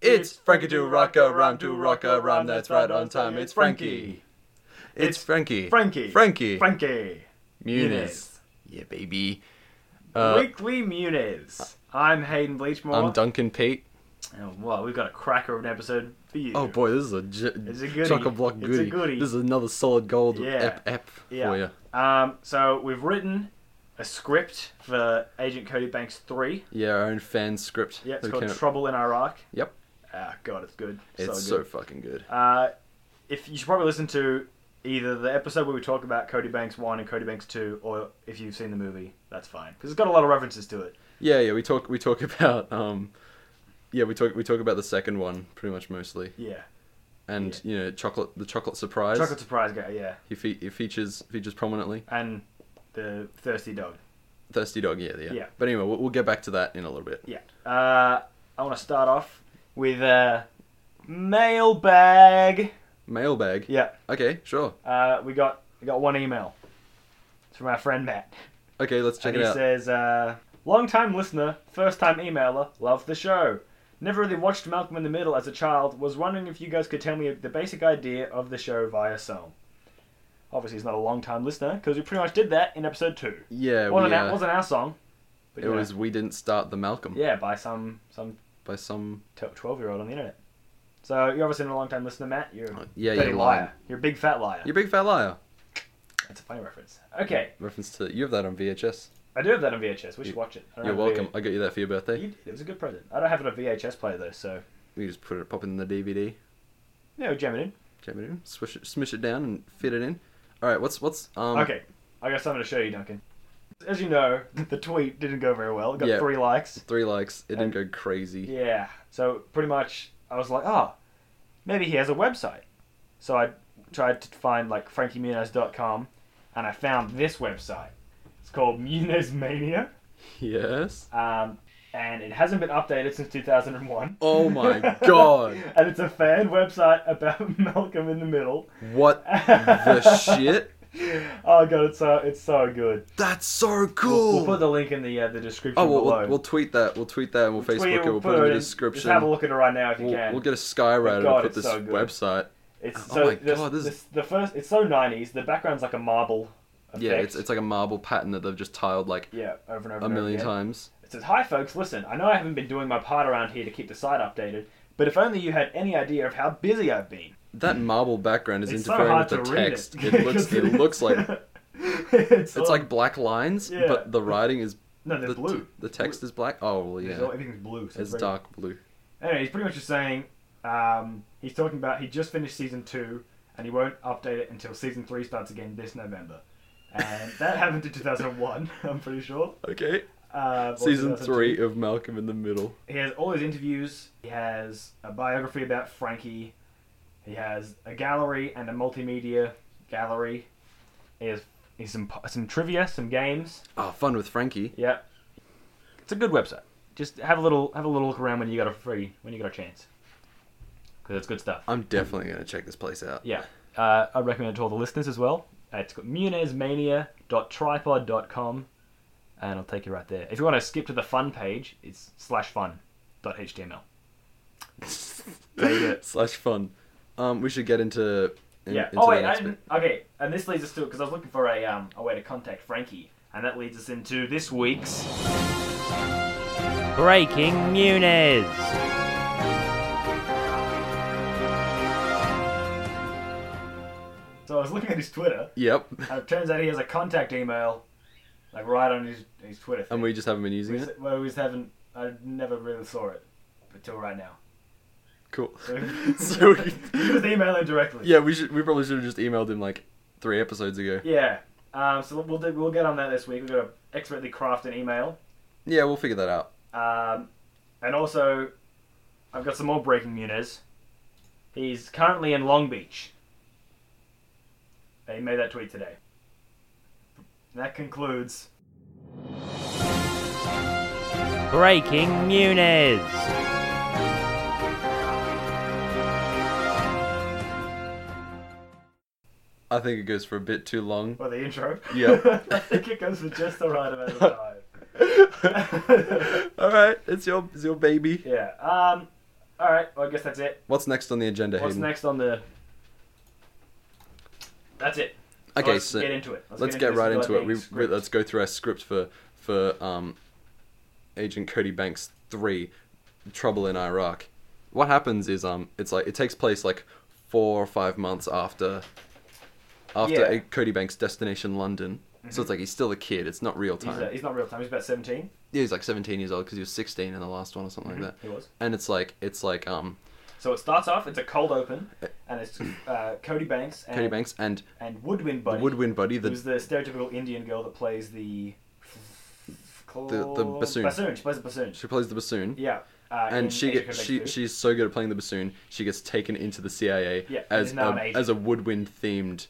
It's Frankie do rock a rhyme do rock a rhyme. That's right on time. It's Frankie. It's It's Frankie. Frankie. Frankie. Frankie. Muniz. Muniz. Yeah, baby. Uh, Weekly Muniz. I'm Hayden Bleachmore. I'm Duncan Pate. And, well, we've got a cracker of an episode for you. Oh boy, this is a, j- It's a goodie. chock a block It's a goodie. goodie. This is another solid gold Yeah. ep ep Yeah. for you. Um, so we've written a script for Agent Cody Banks 3. Yeah, our own fan script. Yeah, it's that called came out- Trouble in Iraq. Yep. Ah, God, it's good. It's so so, good. fucking good. Uh, if you should probably listen to either the episode where we talk about Cody Banks 1 and Cody Banks 2, or if you've seen the movie, that's fine. Because it's got a lot of references to it. Yeah, yeah. We talk we talk about um, yeah we talk we talk about the second one pretty much mostly, Yeah. and you know chocolate the chocolate surprise. Chocolate Surprise guy, yeah. He, fe- he features features prominently. And the Thirsty Dog. Thirsty dog. Yeah, yeah. Yeah. But anyway, we'll, we'll get back to that in a little bit. Yeah. Uh, I want to start off with uh, mailbag. Mailbag. Yeah. Okay, sure. Uh, we got we got one email. It's from our friend Matt. Okay, let's check and it he out. says, uh, long time listener, first time emailer, love the show. Never really watched Malcolm in the Middle as a child. Was wondering if you guys could tell me the basic idea of the show via song. Obviously, he's not a long time listener because we pretty much did that in episode two. yeah, wasn't we, our, uh, wasn't our song. but, it you know, was we didn't start the Malcolm yeah by some some by some 12 year old on the internet. So you're obviously not a long time listener, Matt. You're a Oh, yeah dirty you're liar. lying. You're a big fat liar. You're a big fat liar. That's a funny reference. Okay, Reference to you have that on VHS. I do have that on VHS. We should You- watch it. I don't You're have welcome. I got you that for your V- birthday. You did. It was a good present. I don't have it on VHS player though, so We just put it pop it in the DVD, yeah, we'll jam it in. jam it in, swish it, smush it down, and fit it in. All right, what's what's um okay, I got something to show you, Duncan. As you know, the tweet didn't go very well. It got Yeah. three likes. three likes? It didn't Um, go crazy. Yeah. So pretty much, I was like, oh, maybe he has a website. So I tried to find like frankiemuniz.com, and I found this website. It's called Muniz Mania. Yes. um, and it hasn't been updated since 2001. Oh my god! and it's a fan website about Malcolm in the Middle. What the shit? Oh god, it's so it's so good. That's so We'll- cool. We'll, put the link in the uh, the description oh, we'll, below. we'll, we'll tweet that. We'll tweet that, and we'll Tweet Facebook it. We'll put it in the description. Just have a look at it right now if you We'll, can. we'll get a skywriter God, to put it's this so good. website. it's oh so my this- God, this is- this- the first. It's so 90s. The background's like a marble. Effect. Yeah, it's, it's like a marble pattern that they've just tiled like yeah, over and over. a and over million again. times. It says, Hi folks, listen, I know I haven't been doing my part around here to keep the site updated, but if only you had any idea of how busy I've been. That marble background is It's so interfering hard with to the read it, text. It, looks 'cause it looks like it's it's, all- like black lines, Yeah. but the writing is no, they're the, blue. the text is black. Oh well, It's yeah, all- everything's blue. So it's very- dark blue. Anyway, he's pretty much just saying um, he's talking about he just finished season two and he won't update it until season three starts again this November, and that happened in 2001. I'm pretty sure. Okay, Uh, or season 2002. three of Malcolm in the Middle. He has all his interviews. He has a biography about Frankie. He has a gallery and a multimedia gallery. He has, he has some some trivia, some games. Oh, fun with Frankie. Yeah, it's a good website. Just have a little have a little look around when you got a free when you got a chance, because it's good stuff. I'm definitely gonna check this place out. Yeah, uh, I recommend it to all the listeners as well. Uh, It's got munezmania.tripod.com, and it'll take you right there. If you want to skip to the fun page, it's slash fun dot html. it. Slash fun. Um, we should get into in- yeah. into Oh wait, that next and, bit. okay, and this leads us to because I was looking for a um a way to contact Frankie, and that leads us into this week's. Breaking Muniz. So I was looking at his Twitter, Yep, and it turns out he has a contact email, like right on his his Twitter. Thing. and we just haven't been using We it. s- well, we just haven't. I never really saw it until right now. Cool. So- so we, He was emailing directly. yeah, we should. We probably should have just emailed him like three episodes ago. Yeah. Um, so we'll do, we'll get on that this week. We've got to expertly craft an email. Yeah, we'll figure that out. Um, and also, I've got some more breaking Muniz. He's currently in Long Beach. He made that tweet today. That concludes. Breaking Muniz. I think it goes for a bit too long. Well, the intro. Yeah. I think it goes for just the right amount of time. All right, it's your it's your baby. Yeah. Um, All right. Well, I guess that's it. What's next on the agenda, What's Hayden? next on the? That's it. Okay, let's so get into it. let's into get this right without into it. being We, we scripted. let's go through our script for for um, Agent Cody Banks three, Trouble in Iraq. What happens is um, it's like it takes place like four or five months after after Yeah. Mm-hmm. A- Cody Banks' destination London. So it's like he's still a kid. It's not real He's, time. uh, he's not real time. He's about seventeen. yeah, he's like 17 years old because he was 16 in the last one or something like that. He was. And it's like it's like um, So it starts off. It's a cold open, and it's uh, Cody Banks and Cody Banks and and Woodwind the Buddy, Woodwind Buddy, the who's the stereotypical Indian girl that plays the The- the bassoon. Bassoon. She plays the bassoon. she plays the bassoon. Yeah. Uh, in and she Agent get, Cody she Banks she's so good at playing the bassoon, she gets taken into the CIA Yeah, and as is now an a, agent. as a woodwind themed two.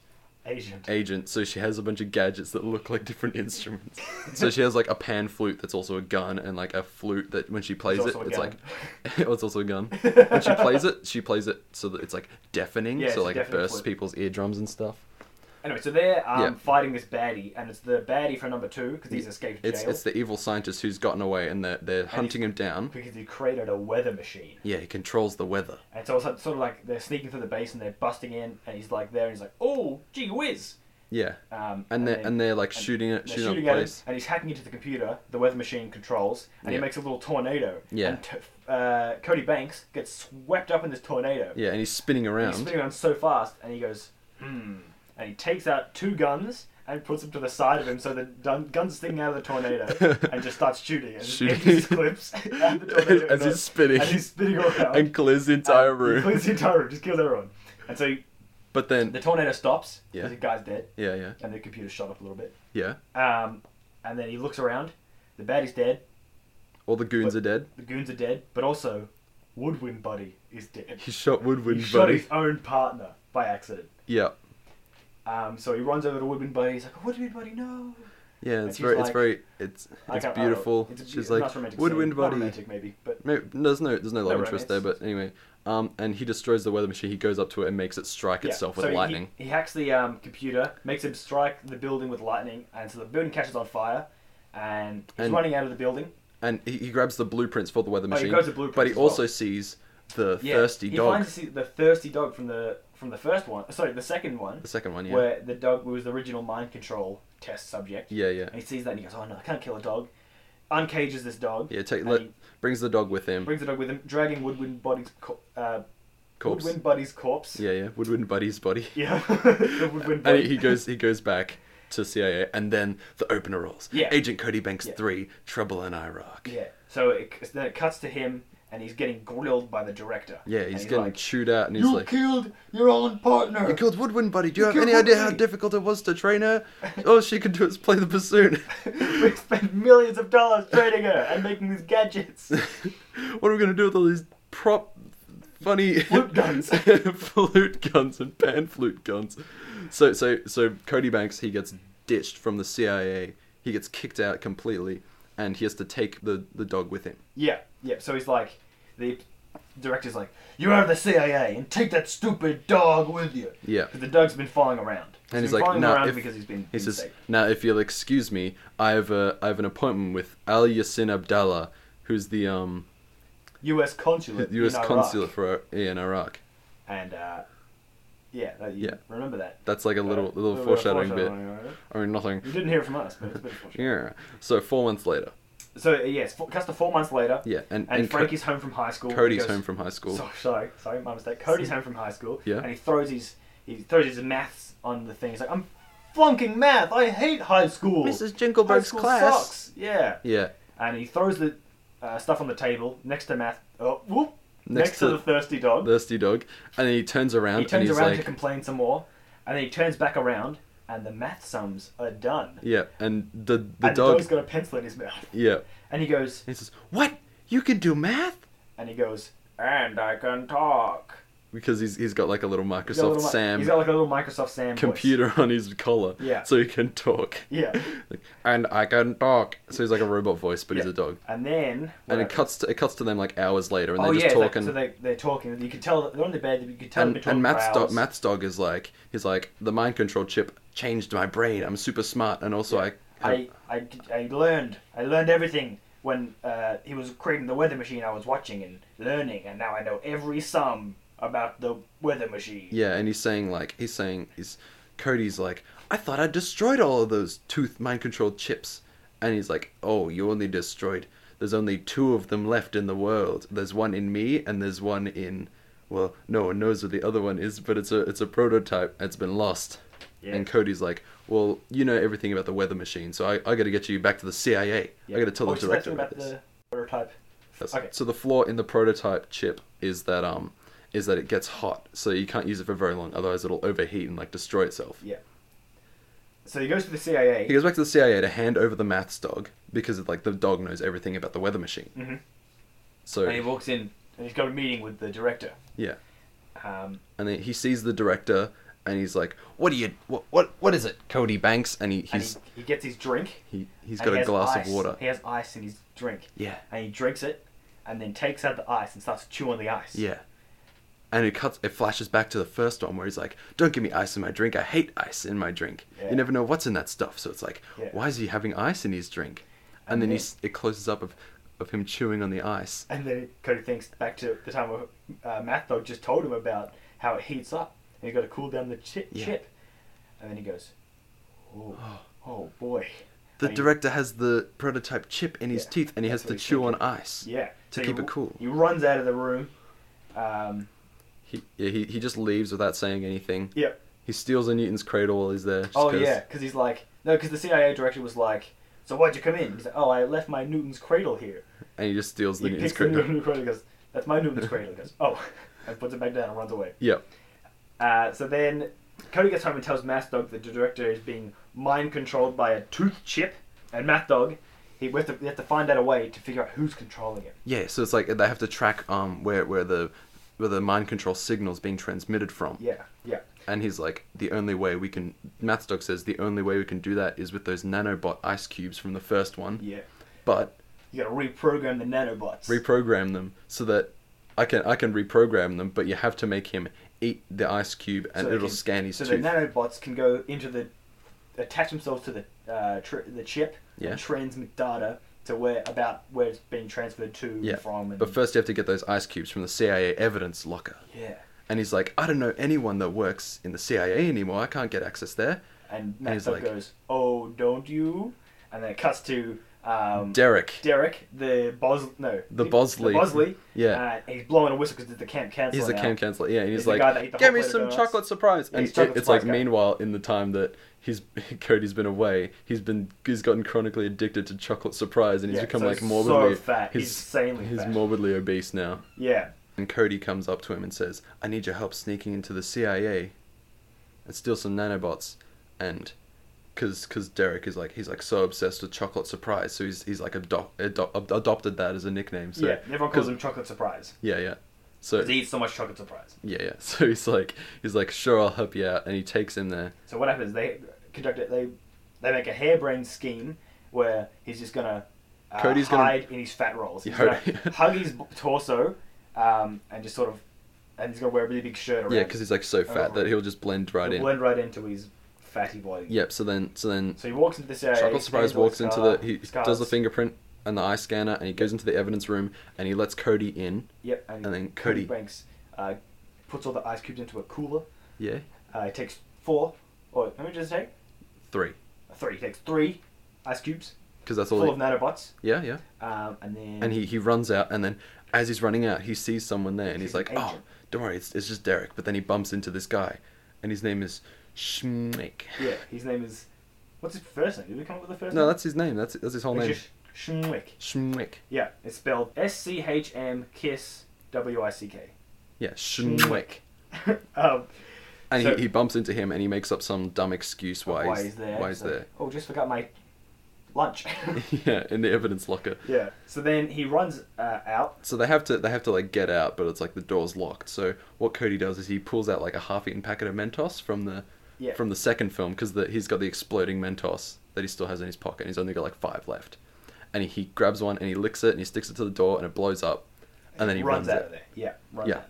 Agent. agent. So she has a bunch of gadgets that look like different instruments. so she has like a pan flute that's also a gun, and like a flute that when she plays it, also a it's gun. like oh, it's also a gun. when she plays it, she plays it so that it's like deafening, Yeah, it's so a like it deafening bursts flute. people's eardrums and stuff. Anyway, so they're um, Yeah. fighting this baddie, and it's the baddie for number two because he's escaped jail It's it's the evil scientist who's gotten away, and they're they're hunting him down. because he created a weather machine. Yeah, he controls the weather. And so it's like- sort of like they're sneaking through the base and they're busting in, and he's like there, and he's like, "Oh, gee whiz!" Yeah, Um, and they're then and they're like and shooting it, they're shooting, shooting up at him, place. and he's hacking into the computer, the weather machine controls, and Yeah. he makes a little tornado. Yeah. And t- uh, Cody Banks gets swept up in this tornado. Yeah, and he's spinning around. He's spinning around so fast, and he goes, "Hmm," and he takes out two guns. And puts them to the side of him so the dun- gun's sticking out of the tornado and just starts shooting. And Shooting. shooting. Just clips at the tornado As he's spinning. And he's spinning all around. and clears the entire Um, room. He clears the entire room, just kills everyone. And so But then, the tornado stops. Yeah. because The guy's dead, yeah, yeah, and the computer's shot up a little bit. yeah. Um, and then he looks around. The baddie's dead. All the goons are dead. The goons are dead. But also, Woodwind Buddy is dead. He shot Woodwind He shot Buddy. his own partner by accident. Yeah, Um, so he runs over to Woodwind Buddy. He's like, Woodwind Buddy, no. yeah. It's she's very, it's like- very, it's I it's can't- I don't know. beautiful. It's a She's beau- like nice romantic Woodwind scene. Not Buddy. romantic, maybe, but Maybe, there's no, there's no love interest there. romance. But anyway, um, and he destroys the weather machine. He goes up to it and makes it strike Yeah, itself so with he- lightning. He, hacks the um, computer, makes him strike the building with lightning, and so the building catches on fire. And he's And- running out of the building. And he, he grabs the blueprints for the weather Oh, he machine. grabs the blueprints but he as well. also sees the Yeah, thirsty he dog. finds the, the thirsty dog from the from the first one. Sorry, the second one, The second one, yeah, where the dog was the original mind control test subject. yeah, yeah, And he sees that and he goes, "Oh no, I can't kill a dog." Uncages this dog. yeah. Take, and let, he brings the dog with him. brings the dog with him, dragging Woodwind Buddy's co- uh, corpse. Woodwind Buddy's corpse. Yeah, yeah. Woodwind Buddy's body. Yeah, the Woodwind And Buddy. he, he goes he goes back to CIA and then the opener rolls. Yeah. Agent Cody Banks Yeah. three, Trouble in Iraq. Yeah. So it, then it cuts to him and he's getting grilled by the director. Yeah, And he's, getting like, chewed out and he's "You like killed your own partner." You killed Woodwind Buddy, do you, You have killed any idea how Woodwind." difficult it was to train her? All she could do is play the bassoon. we spent millions of dollars training her and making these gadgets. what are we gonna do with all these prop funny Flute guns. flute guns and pan flute guns. So so so Cody Banks he gets ditched from the CIA. He gets kicked out completely and he has to take the, the dog with him. Yeah, yeah. So he's like, the director's like, "You're out of the CIA and take that stupid dog with you." Yeah. 'Cause the dog's been falling around. And he's been like, following "Nah, around if- because he's been. He He's says, "Now, if you'll excuse me, I have a I have an appointment with Ali Yassin Abdallah, who's the um U.S. consulate, U.S. in Iraq." consulate for in Iraq. and uh, yeah, that, you Yeah. remember that. That's like a little Uh, little bit of foreshadowing bit. foreshadowing, uh, I mean, nothing. You didn't hear it from us, but it's a bit of foreshadowing. Yeah. So four months later. So uh, yes, yeah, cuts to four months later, Yeah, and and, and Co- Frankie's home from high school. Cody's He goes- home from high school. Sorry, sorry, sorry, my mistake. Cody's home from high school. Yeah. And he throws his he throws his maths on the thing. He's like, I'm flunking math. I hate high school. high school sucks. Yeah. Yeah. And he throws the uh, stuff on the table next to math. Oh, whoop. Next Next, to, to- the thirsty dog. Thirsty dog, and then he turns around he turns and he's around to like, complain some more, and then he turns back around, and the math sums are done. yeah, and the the and the dog, dog's got a pencil in his mouth, yeah, and he goes, he says, "What? You can do math?" and he goes, and I can talk. Because he's he's got like a little Microsoft He's got a little mi- Sam He's got like a little Microsoft Sam voice. computer on his collar, Yeah. so he can talk. Yeah. Like, and I can talk. So he's like a robot voice, but he's Yeah. a dog. And then And it cuts to it cuts to them like hours later, and oh they're yeah, just it's like- talking. so they they're talking. You can tell that they're on the bed. You can tell and they've been and talking Matt's for dog, hours. Matt's dog is like he's like the mind control chip changed my brain. I'm super smart, and also I, I, I I learned I learned everything. when uh, he was creating the weather machine, I was watching and learning, and now I know every sum about the weather machine. Yeah, and he's saying like he's saying he's Cody's like, I thought I destroyed all of those tooth mind controlled chips, and he's like, Oh, you only destroyed. There's only two of them left in the world. There's one in me, and there's one in. Well, no one knows what the other one is, but it's a it's a prototype. It's been lost. Yeah. And Cody's like, Well, you know everything about the weather machine, so I, I got to get you back to the CIA. I got to tell Oh, the he's director talking about, about this. the prototype. That's- Okay. So the flaw in the prototype chip is that um is that it gets hot, so you can't use it for very long. Otherwise, it'll overheat and like destroy itself. Yeah. So he goes to the CIA. He goes back to the CIA to hand over the maths dog because like the dog knows everything about the weather machine. Mhm. So And he walks in and he's got a meeting with the director. yeah, Um, and then he sees the director and he's like, "What are you? What what what is it, Cody Banks?" And he and he's he, he gets his drink. he, he has and got he a has glass ice. of water. He has ice in his drink. Yeah, And he drinks it and then takes out the ice and starts chewing the ice. yeah. And it cuts. It flashes back to the first one where he's like, "Don't give me ice in my drink. I hate ice in my drink. Yeah. You never know what's in that stuff." So it's like, Yeah. why is he having ice in his drink? And, And then, then- he's, it closes up of of him chewing on the ice. And then Cody thinks back to the time where uh, Math Dog just told him about how it heats up and you got to cool down the chip. Yeah. chip. And then he goes, oh, oh boy. The And he- director has the prototype chip in his Yeah, teeth, and he that's has what to he's chew on ice. Yeah. to he keep it ru- cool. He runs out of the room. Um, He, yeah, he he just leaves without saying anything. yeah. He steals a Newton's cradle while he's there. just Oh 'cause- yeah, because he's like no, because the CIA director was like, so why'd you come in? He's like, oh, I left my Newton's cradle here. and he just steals the he Newton's picks the cradle. Newton's cradle. and Goes, that's my Newton's cradle. He Goes, oh, and puts it back down and runs away. Yeah, Uh, so then Cody gets home and tells Math Dog that the director is being mind controlled by a tooth chip, and Math Dog, he we have, to, we have to find out a way to figure out who's controlling him. yeah. So it's like they have to track um where where the where the mind control signal's being transmitted from. Yeah, yeah, And he's like, the only way we can, Maths Dog says, the only way we can do that is with those nanobot ice cubes from the first one, yeah. but You gotta reprogram the nanobots. reprogram them so that I can I can reprogram them, but you have to make him eat the ice cube and they it'll can- scan his so tooth. the nanobots can go into the attach themselves to the uh, tr- the chip Yeah. and transmit data to where about where it's being transferred to and Yeah, from and But first you have to get those ice cubes from the CIA evidence locker. yeah And he's like, I don't know anyone that works in the CIA anymore. I can't get access there. and he's Matt Dog like- goes oh don't you and then it cuts to um, Derek. Derek the Bos no The he- Bosley. the Bosley Yeah. uh, and he's blowing a whistle because it's the camp counselor He's the now. camp counselor, yeah, and he's, He's the guy that like, ate the "Get whole me plate of some donuts." chocolate surprise." Yeah, and he's chocolate it- it's surprise like, guy. meanwhile, in the time that he's Cody's been away, he's been he's gotten chronically addicted to chocolate surprise, and he's Yeah, become so like he's morbidly so fat, he's- insanely he's fat. morbidly obese now. yeah And Cody comes up to him and says, "I need your help sneaking into the CIA and steal some nanobots." And because cause Derek is like he's like so obsessed with chocolate surprise, so he's he's like adop, adop, ad- adopted that as a nickname. So yeah everyone calls 'cause- him Chocolate Surprise yeah yeah. So because he eats so much Chocolate Surprise yeah, yeah. So he's like, he's like, sure, I'll help you out, and he takes him there. So what happens? They conduct it. They they make a harebrained scheme where he's just gonna uh, Cody's gonna- hide in his fat rolls. He's Yeah. gonna hug his b- torso um, and just sort of, and he's gonna wear a really big shirt around. Yeah, because he's like so fat Oh. that he'll just blend right It'll in. blend right into his fatty body. Yep. So then, so then, So he walks into this area. Chocolate Surprise walks into the. He does the thing. fingerprint and the eye scanner, and he goes into the evidence room, and he lets Cody in. Yep, and, and then Cody- Banks uh, puts all the ice cubes into a cooler. Yeah. Uh, he takes four, or let me just take Three. three. He takes three ice cubes Because that's all. full He, of nanobots, yeah, yeah. um, and then And he he runs out, and then as he's running out, he sees someone there, and he's He's an like, oh, agent." don't worry, it's it's just Derek. But then he bumps into this guy, and his name is Schmick. Yeah, his name is. What's his first name? Did we come up with the first No, name? that's his name. That's that's his whole name. It's just Schmwick. Schmick. Yeah, it's spelled S C H M Kiss W I C K. Yeah, Schmick. Um, And So- he, he bumps into him and he makes up some dumb excuse why, why he's there? Why he's It's like, Oh, just forgot my lunch. there. yeah, in the evidence locker. yeah. So then he runs uh, out. So they have to they have to like get out, but it's like the door's locked. So what Cody does is he pulls out like a half-eaten packet of Mentos from the Yeah. from the second film because he's got the exploding Mentos that he still has in his pocket. and He's only got like five left, and he, he grabs one and he licks it and he sticks it to the door and it blows up, and then he runs, out out of there. Yeah. Runs Yeah. Out.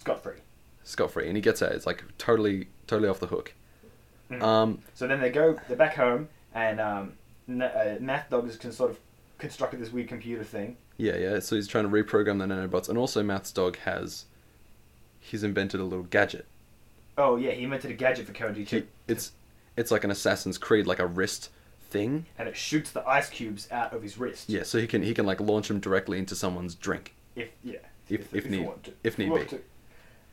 Scot free. scot free and he gets out. It's like totally totally off the hook. Um, Hmm. So then they go. They're back home, and um, N- uh, Math Dog is can sort of constructed this weird computer thing. Yeah, yeah. So he's trying to reprogram the nanobots, and also Math's dog has. He's invented a little gadget. Oh yeah, he invented a gadget for Cody He, too, it's it's like an Assassin's Creed, like a wrist thing. and it shoots the ice cubes out of his wrist. Yeah, so he can he can like launch them directly into someone's drink. If yeah. If- if you need- want to. if need you want be. to.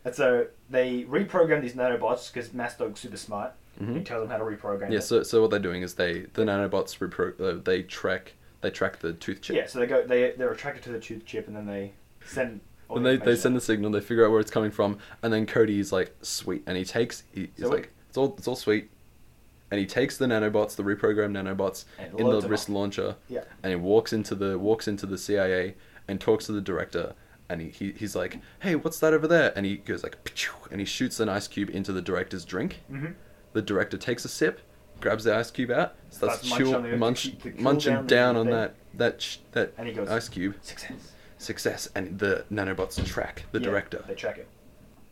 And so they reprogram these nanobots because Mastodon's super smart. Mhm. You tell them how to reprogram. Yeah. it. So so what they're doing is they the nanobots repro- uh, they track they track the tooth chip. Yeah, so they go they they're attracted to the tooth chip and then they send all And the they, they information send the out. signal, they figure out where it's coming from, and then Cody's like, sweet, and he takes, he, he's So what- like, it's all, it's all sweet, and he takes the nanobots, the reprogrammed nanobots, And in loads the of wrist them. launcher, Yeah. and he walks into the walks into the CIA and talks to the director, and he, he he's like, hey, what's that over there? And he goes like, "Phew," and he shoots an ice cube into the director's drink. Mhm. The director takes a sip, grabs the ice cube out, starts, Starts munching chew- on the- to munch- keep the cool munching down down, the on thing. that that sh- that And he goes- ice cube Success. success and the nanobots track the Yeah, director They track it.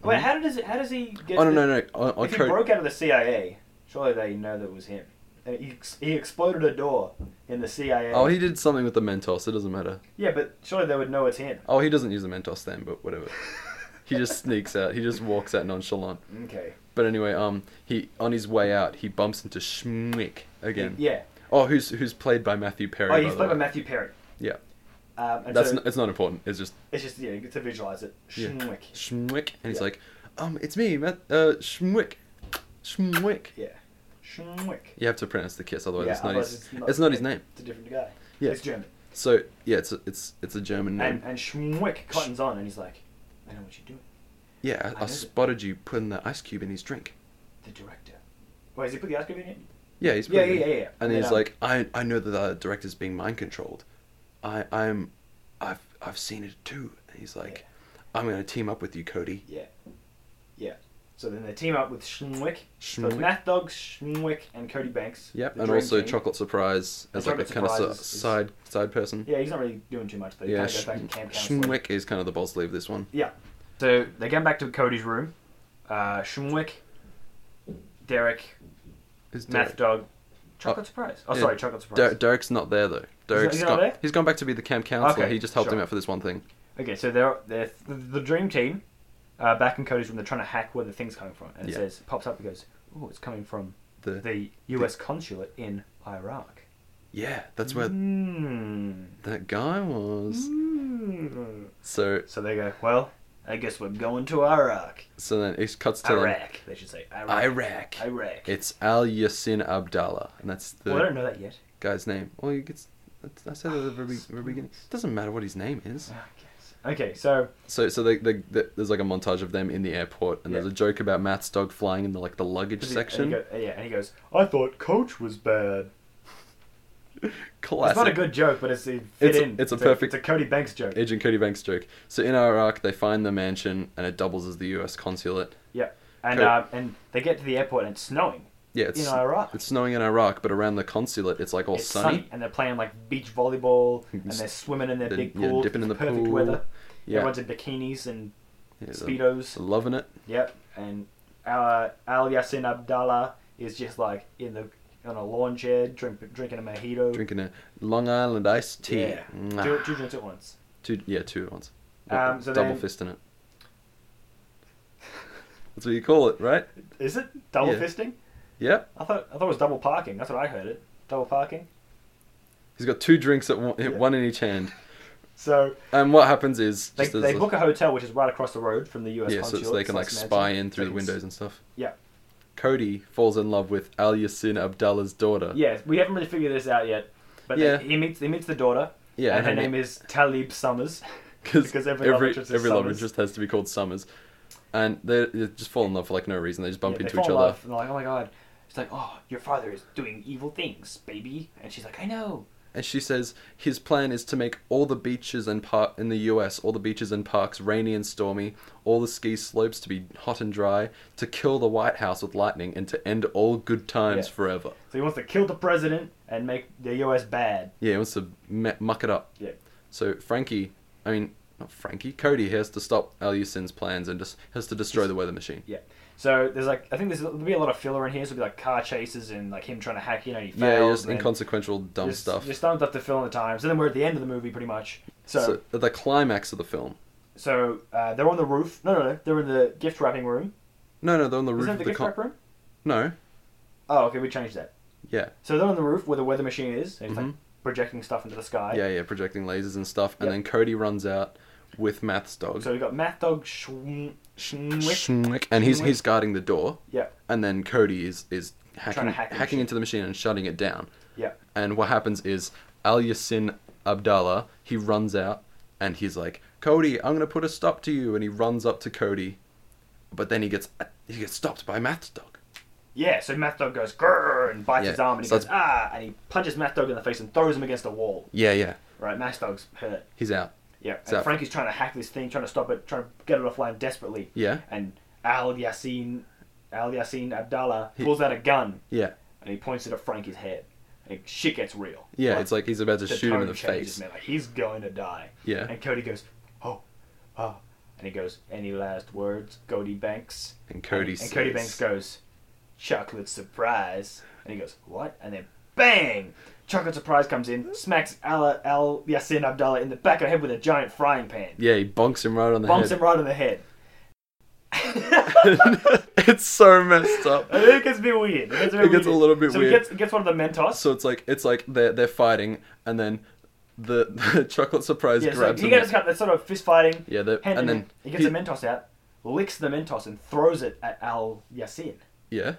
Wait, Mhm. how does it, how does he get? oh no to no the- no on, on If he Cody- broke out of the CIA, surely they know that it was him. And he, ex- he exploded a door in the CIA. oh he did something with the mentos it doesn't matter Yeah, but surely they would know it's him. oh he doesn't use the mentos then but whatever Oh. he just sneaks out he just walks out nonchalant Okay. but anyway um he on his way out he bumps into schmick again Yeah. oh who's who's played by matthew perry Oh, by he's the played by way. Matthew Perry. yeah Um, and that's so n it's not important it's just it's just yeah, you get to visualize it. yeah. Schmwick. schmick and he's Yeah. like um it's me Matt, uh schmick schmick Yeah. Schmwick. you have to pronounce the kiss otherwise Yeah, it's not otherwise his it's it's not- not, his name It's a different guy. Yeah. It's German. So yeah, it's a, it's it's a German name. And and Schmwick cottons on, and he's like, I know what you're doing. yeah, I I, know I that- spotted you putting the ice cube in his drink. The director. Wait, has he put the ice cube in it? Yeah, he's Yeah, pretty- yeah, yeah, yeah. And And he's then, um, like, I I know that the director's being mind controlled. I I'm, I've I've seen it too. And he's like, I'm gonna team up with you, Cody. Yeah. Yeah. So then they team up with Schmwick. So it's Schmwick. Math Dog, Schmwick, and Cody Banks. Yep, the and Dream also Team. Chocolate Surprise as The like a Chocolate kind of si- Surprise is- is- side side person. Yeah, he's not really doing too much. They yeah, kind of go back to Schm- camp counseling. Schmwick is kind of the boss lead of this one. Yeah. So they get back to Cody's room. Uh, Schmwick, Derek, Is Math Derek. Dog, Chocolate Surprise. Oh, yeah. sorry, Chocolate Surprise. Der- Derek's not there though. Derek's he's not gone. there? He's gone back to be the camp counselor. Okay, he just helped him sure. out for this one thing. Okay, so they're, they're the, the dream team uh, back in Cody's room. They're trying to hack where the thing's coming from, and it Yeah. says pops up and goes, "Oh, it's coming from The, the U.S. consulate in Iraq." yeah, that's where Mm-hmm. Hmm. that guy Mm-hmm. was. So Mm. So they go, "Well, I guess we're going to Iraq." so then it cuts to them- Iraq, they should say. Iraq. Iraq. Iraq. It's Al Yassin Abdallah, and that's the well, I don't know that yet. guy's name. Well, you get. I said at the very, very beginning. It doesn't matter what his name is. I guess. Ah, Okay, so So, so they, they, they, there's like a montage of them in the airport, and there's Yeah. a joke about Matt's dog flying in the like the luggage and he- section. and he go- yeah, and he goes, "I thought Coach was bad." Classic. It's not a good joke, but it's it fit It's a- in. it's a perfect- it's a Cody Banks joke. Agent Cody Banks joke. So in Iraq, they find the mansion, and it doubles as the U.S. consulate. Yeah, and Co- um, and they get to the airport and it's snowing Yeah, it's in Iraq. it's snowing in Iraq, but around the consulate, it's like all It's and they're playing like beach volleyball, and they're swimming in their They're, big yeah, pool. dipping in the perfect pool. weather. Yeah, Everyone's in bikinis and yeah, they're- speedos. they're loving it. Yep, and uh, Al Yassin Abdallah is just like in the on a lawn chair drink, drinking a mojito. drinking a Long Island iced tea. Yeah, Mwah. two, two drinks at once. Two, yeah, two at once. Um, so Double then- fist in it. That's what you call it, right? Is it double Yeah. fisting? Yep. I thought I thought it was double parking. That's what I heard it. Double parking. He's got two drinks at one, Yeah. one in each hand. So And what happens is they, just as they a- book a hotel which is right across the road from the U.S. yeah, so, consulate. so they can like that's spy mansion. in through the They can s- windows and stuff. Yeah. Cody falls in love with Al Yassin Abdallah's daughter. Yes, we haven't really figured this out yet. But Yeah. he meets he meets the daughter. Yeah, and her name is Talib Summers. because every love interest is every love Summers. interest has to be called Summers, and they they just fall in love for like no reason. They just bump Yeah, they into fall each in other. love, and they're like, oh my god. It's like, oh, your father is doing evil things, baby. And she's like, I know. And she says his plan is to make all the beaches and par- in the U.S. all the beaches and parks rainy and stormy, all the ski slopes to be hot and dry, to kill the White House with lightning, and to end all good times Yeah. forever. So he wants to kill the president and make the U.S. bad. Yeah, he wants to me- muck it up. Yeah. So Frankie, I mean, not Frankie, Cody has to stop Alusin's plans and just has to destroy the weather machine. Yeah. So there's like I think there's there'll be a lot of filler in here. So there'll be like car chases and like him trying to hack in and he fails. Yeah, just and then inconsequential dumb just- stuff. Just dumb stuff to fill in the time. So then we're at the end of the movie pretty much. So so at the climax of the film. so uh, they're on the roof. No, no, no. They're in the gift wrapping room. No, no, they're on the roof Isn't it of the the, gift con- wrap room? No, Oh, okay. We changed that. yeah, So they're on the roof where the weather machine is. And it's like Mhm. projecting stuff into the sky. yeah, yeah, projecting lasers and stuff, and Yeah. then Cody runs out with Math's dog, So we got Math Dog Schwm, Schmwick Schnick, and he's Schnick. he's guarding the door, Yeah, and then Cody is is Trying hacking to hack the hacking machine. into the machine and shutting it down. yeah. And what happens is Al Yassin Abdallah he runs out and he's like, Cody, I'm gonna put a stop to you, and he runs up to Cody, but then he gets he gets stopped by Math's dog. Yeah, so Math Dog goes grrr and bites Yeah, his arm and he so goes ah and he punches Math Dog in the face and throws him against a wall. Yeah, yeah, Right, Math Dog's hurt. he's out. Yeah, and So- Frankie's trying to hack this thing, trying to stop it, trying to get it offline desperately. Yeah. And Al Yassin, Al Yassin Abdallah pulls out a gun Yeah, and he points it at Frankie's head. And shit gets real. yeah, Like, it's like he's about to shoot him tone in the changes, face. Man. Like, he's going to die. Yeah. And Cody goes, oh, oh. And he goes, any last words, Cody Banks? And Cody and, and Cody says- Banks goes, chocolate surprise. And he goes, what? And then bang! Chocolate surprise comes in, smacks Al, Al Yassin Abdallah in the back of the head with a giant frying pan. Yeah, he bonks him right on the Bumps head. him right on the head. it's so messed up. And then it gets a bit weird. It gets a, bit It gets a little bit so weird. He gets, he gets one of the Mentos. So it's like it's like they're they're fighting, and then the, the chocolate surprise yeah, so grabs he him. gets got that sort of fist fighting. Yeah, the- and hand in then hand. he gets he- a Mentos out, licks the Mentos, and throws it at Al Yassin. yeah,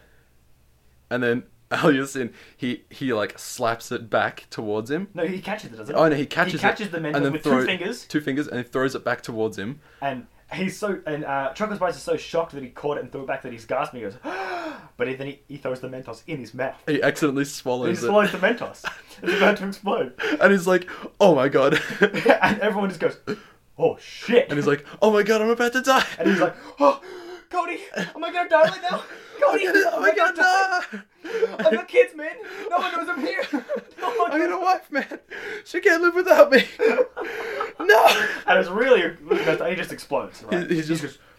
and then Aliasin he he like slaps it back towards him. No, he catches it, doesn't he? Oh no, he catches He catches it, the Mentos and then with throw- two fingers, two fingers, and he throws it back towards him. and he's so and uh, Chocolate Spice is so shocked that he caught it and threw it back that he's gasping. He goes, but then he, he throws the Mentos in his mouth. He accidentally He swallows it, swallows the Mentos. It's about to explode, and he's like, "Oh my god!" and and everyone just goes, "Oh shit!" he's like, "Oh my god, I'm about to die!" And he's like, oh, Cody, am I gonna die right now? Cody, "Oh am my I god, gonna die? no!" I've got kids, man. No one knows I'm here. No one I knows. got a wife, man. She can't live without me. No. And it's really, and he just explodes. He, Right? he just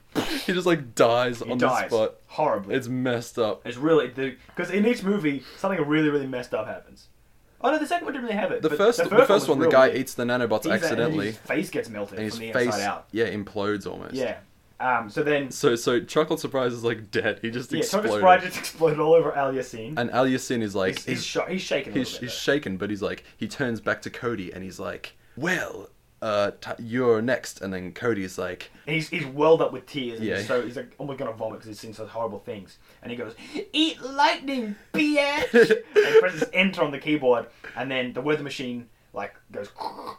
he just like dies he on the dies spot. horribly. It's, It's messed up. really because in each movie something really, really messed up happens. Oh no, the second one didn't really have it. The but first, the first, was one, the real guy weird. eats the nanobots He's- and accidentally, his face gets melted and his from the face, inside out. yeah, implodes almost. Yeah. Um. So then, So, so chocolate surprise is like dead. He just yeah, exploded. Thomas Pride just exploded all over Al Yassin. and Al Yassin is like, he's, he's, sho- he's shaking. A he's, little bit, he's though. shaken, but he's like, he turns back to Cody and he's like, well, uh, t- you're next. And then Cody's like, And he's, he's welled up with tears. And Yeah. he's so he's like, "Oh almost gonna vomit because he's seen such horrible things. And he goes, "Eat lightning, bitch!" and presses enter on the keyboard, and then the weather machine like goes,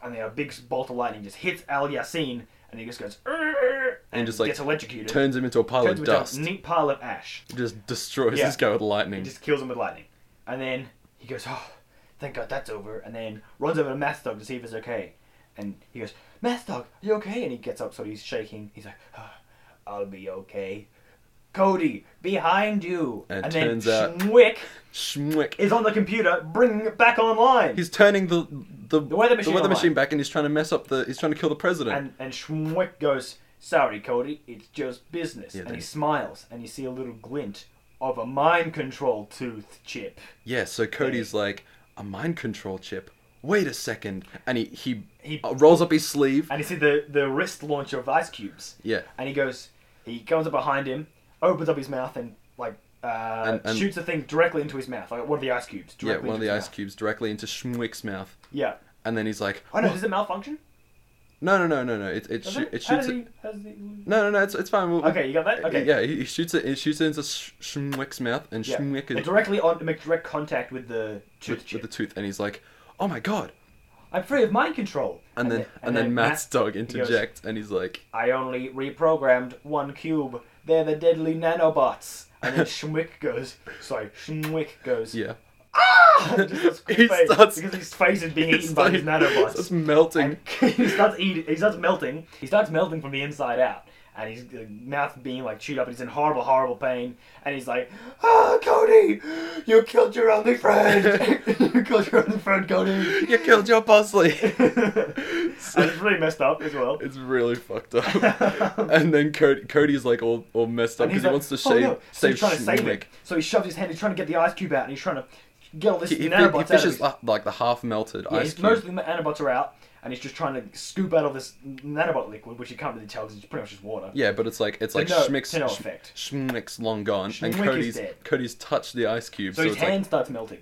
and then a big bolt of lightning just hits Al Yassin, and he just goes, "Arr!" and just, like, gets electrocuted, turns him into a pile turns of into dust, a neat pile of ash, just destroys Yeah. this guy with lightning. and just kills him with lightning. And then he goes, "Oh, thank God that's over!" And then runs over to Math Dog to see if it's okay. And he goes, Math Dog, are you okay? And he gets up, so he's shaking. He's like, "Ah, I'll be okay. Cody, behind you. And it and then turns out- Schwick Schmwick. is on the computer, bringing it back online. He's turning the the, weather machine on. back, and he's trying to mess up the. He's trying to kill the president. and and Schwick goes, "Sorry, Cody, it's just business." and then- he smiles, and you see a little glint of a mind control tooth chip. yeah, so Cody's like a mind control chip. Wait a second, and he he, He- uh, rolls up his sleeve. and he see the, the wrist launcher of ice cubes. Yeah. And he goes, he comes up behind him, opens up his mouth, and like uh, And- and- shoots the thing directly into his mouth, like one of the ice cubes. yeah, Directly one of into the his ice cubes directly into Schmwick's mouth, mouth. Yeah. and then he's like, Oh no, "What?" does it malfunction? no, no, no, no, no. It it, Does shoo- it? it, How shoots does it. he? How does he? No, no, no. It's it's fine. We'll, uh, Okay, you got that. Okay. Yeah, he, he shoots it. It shoots it into Sch- Schmwick's mouth, and Yeah. Schmwick It is directly on, make direct contact with the tooth with, chip. with the tooth, and he's like, "Oh my god!" I'm free of mind control. And, then and, then, Matt's dog interjects, and he's like, I only reprogrammed one cube. They're the deadly nanobots. And then Schmick goes, sorry, Schmick goes, "Yeah." Just a squid He face, starts- because his face is being It's eaten by like- these nanobots. It's melting. And he starts eating. He starts melting. He starts melting from the inside out, and his uh, mouth being like chewed up. And he's in horrible, horrible pain. And he's like, "Ah, Cody, you killed your only friend. you killed your only friend, Cody." you killed your puzzly. and it's really messed up as well. It's really fucked up. and then Cody, Cody's like all, all messed up And because he's he like, wants to save "Oh, no." so save he's trying to save Schneewick. it. So he shoves his hand. He's trying to get the ice cube out, and he's trying to get all this He, he, fi- he nanobots out. of fishes his- la- like the half melted Yeah, ice he's cube. mostly the nanobots are out, and he's just trying to scoop out all this nanobot liquid, which you can't really tell because it's pretty much just water. Yeah, but it's like it's like no- Schmick's to no Sch- effect. Schmick's long gone, and Schmick is Cody's dead. Cody's touched the ice cube. So, So, his it's like, hand starts melting.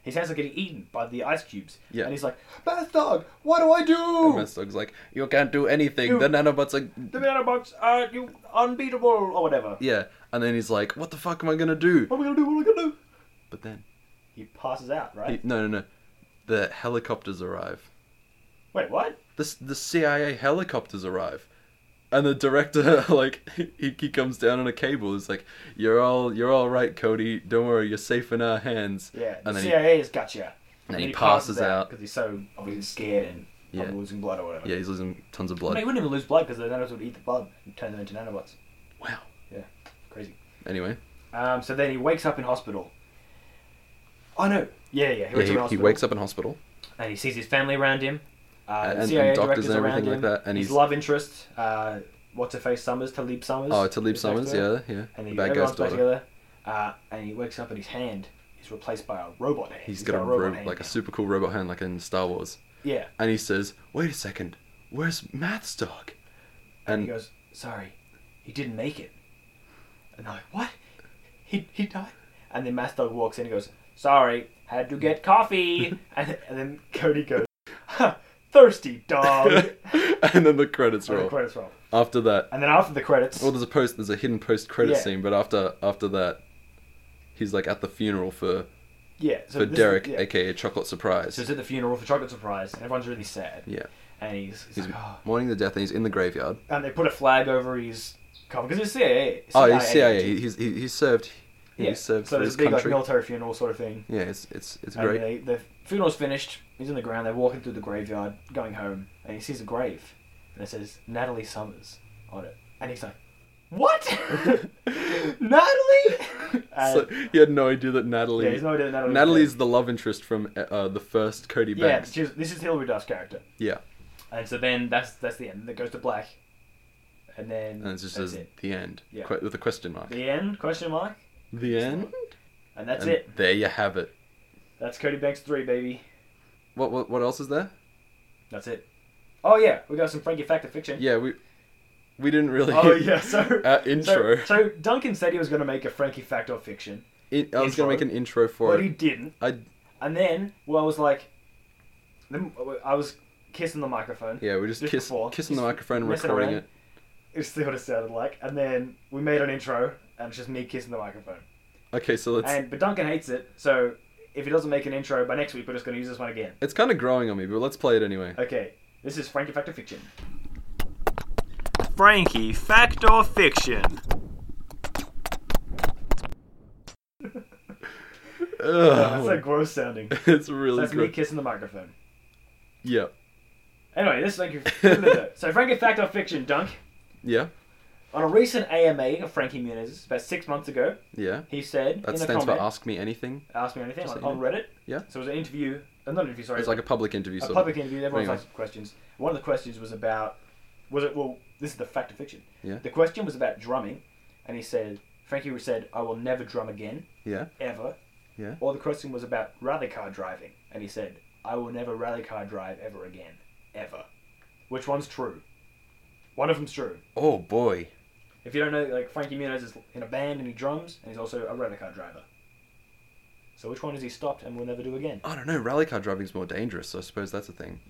His hands are getting eaten by the ice cubes. Yeah. And he's like, Bath Dog, what do I do? Mad Dog's like, you can't do anything. You- the nanobots are The nanobots are you unbeatable or whatever. yeah. And then he's like, what the fuck am I gonna do? What are we gonna do? What are we gonna do? But then He passes out, right? he, no no no, the helicopters arrive. Wait, what? The s- the CIA helicopters arrive. And the director, like, he, he comes down on a cable. Is like, "You're all, you're all right, Cody. Don't worry, you're safe in our hands." Yeah, the And then he, CIA has got you. And, he passes out. because he's so obviously scared and Yeah. probably losing blood or whatever. yeah, he's losing tons of No, he blood. wouldn't even lose blood because the nanobots would eat the blood and turn them into nanobots. Wow. Crazy. Anyway, Um, so then he wakes up in hospital. Oh no! Yeah, yeah. He yeah, wakes up he, in he hospital. wakes up in hospital. and he sees his family around him, uh, And- and CIA doctors directors and around everything him, like that, and his he's- love interest, uh, what's her face Summers, Talib Summers. Oh, Talib is next Summers, to her. yeah, yeah. And the he, bad guy's everyone's daughter. back together, uh, and he wakes up and his hand is replaced by a robot hand. he's got a robot ro- hand like a now. super cool robot hand, like in Star Wars. yeah. And he says, "Wait a second, where's Math's dog?" And he And goes, "Sorry, he didn't make it." And I'm like, "What? He he died?" And then Mastog walks in and goes, "Sorry, had to get coffee." and, and then Cody goes, huh, "Thirsty dog." and and then the credits "Oh." the roll. credits roll. After that, And then after the credits, well, there's a post, there's a hidden post credit Yeah. scene, but after after that, he's like at the funeral for yeah. So for this is- Derek, yeah. aka Chocolate Surprise. So it's at the funeral for Chocolate Surprise, and everyone's really sad. yeah, And he's, he's, he's like, oh. mourning the death, and he's in the graveyard. and they put a flag over his coffin because it's CIA. oh, he's CIA. agent. He- He's he, he's served. Yeah. He's served so for there's his a big like, country. military funeral sort of thing. yeah, it's it's it's And great. they, the funeral's finished. He's in the ground. They're walking through the graveyard, going home, and he sees a grave, and it says Natalie Summers on it, and he's like, "What? Natalie?" and, so he had no idea that Natalie. yeah, he's no idea that Natalie. was Natalie's there. the love interest from uh, uh, the first Cody Yeah, Banks. she's, this is Hilary Duff's character, Yeah, and so then that's that's the end. It goes to black, and then and it just that's says it. the end Yeah. que- with a question mark. the end question mark, The end. and that's and it. There you have it. That's Cody Banks three, baby. What what what else is there? That's it. Oh yeah, we got some Frankie fact or fiction. Yeah, we we didn't really. Oh yeah, so Our intro. So, so Duncan said he was going to make a Frankie fact or fiction, In- I was gonna make Intro. an intro for but it. he didn't. I And then, well, I was like, then I was kissing the microphone. yeah, we just Just kiss, before. kissing the Just microphone, and messing recording around. it. It's see what it sounded like. And then we made an intro, and it's just me kissing the microphone. Okay, so let's. And but Duncan hates it, so if he doesn't make an intro by next week, we're just going to use this one again. It's kind of growing on me, but let's play it anyway. Okay, this is Frankie fact or fiction. Frankie, fact or fiction? That's Uh, so Ugh, gross sounding. it's really That's me great. kissing the microphone. Yeah, Anyway, this is Frankie. so Frankie fact or fiction, Dunk. yeah, On a recent AMA of Frankie Muniz, about six months ago, yeah. he said That in a stands for comment, Ask Me Anything. ask me anything Just on, like- on Reddit. Yeah. So it was an interview, uh, not an interview, sorry, It's like a public interview. a sort of. public interview. Everyone's Anyway. asking questions. One of the questions was about, was it? Well, this is the fact of fiction. Yeah. The question was about drumming, and he said Frankie said, "I will never drum again, Yeah, ever." Yeah. Or the question was about rally car driving, and he said, "I will never rally car drive ever again, ever." Which one's true? One of them's true. Oh boy. If you don't know, like Frankie Muniz is in a band and he drums, and he's also a rally car driver. So which one is he stopped and will never do again? I don't know. Rally car driving's more dangerous, so I suppose that's a thing.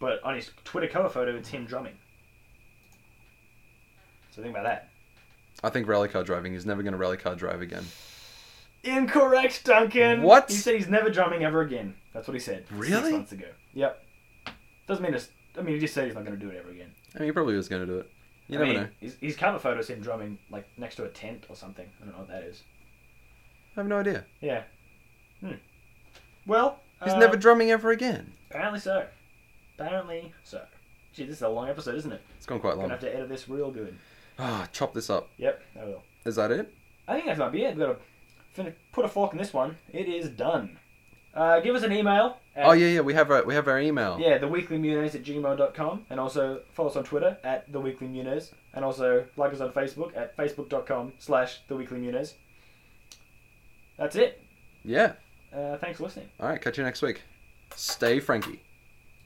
But on his Twitter cover photo, it's him drumming. So think about that. I think rally car driving is never going to rally car drive again. Incorrect, Duncan. What? He said he's never drumming ever again. That's what he said. Six Really? months ago. Yep. Doesn't mean it's. I mean, he just said he's not going to do it ever again. I mean, he probably was going to do it. You I never mean, know. His, his cover photo is him drumming like next to a tent or something. I don't know what that is. I have no idea. Yeah. Hmm. Well, He's uh, never drumming ever again. Apparently so. Apparently so. Gee, this is a long episode, isn't it? It's gone quite I'm gonna long. have to edit this real good. Ah, chop this up. Yep, I will. Is that it? I think that might be it. We've got to fin- put a fork in this one. It is done. Uh, give us an email. At, Oh yeah, yeah. We have our we have our email. Yeah, theweeklymunos at gmail.com. And also follow us on Twitter at theweeklymunos. And also like us on Facebook at facebook.com slash theweeklymunos. That's it. Yeah. Uh, thanks for listening. All right. Catch you next week. Stay Frankie.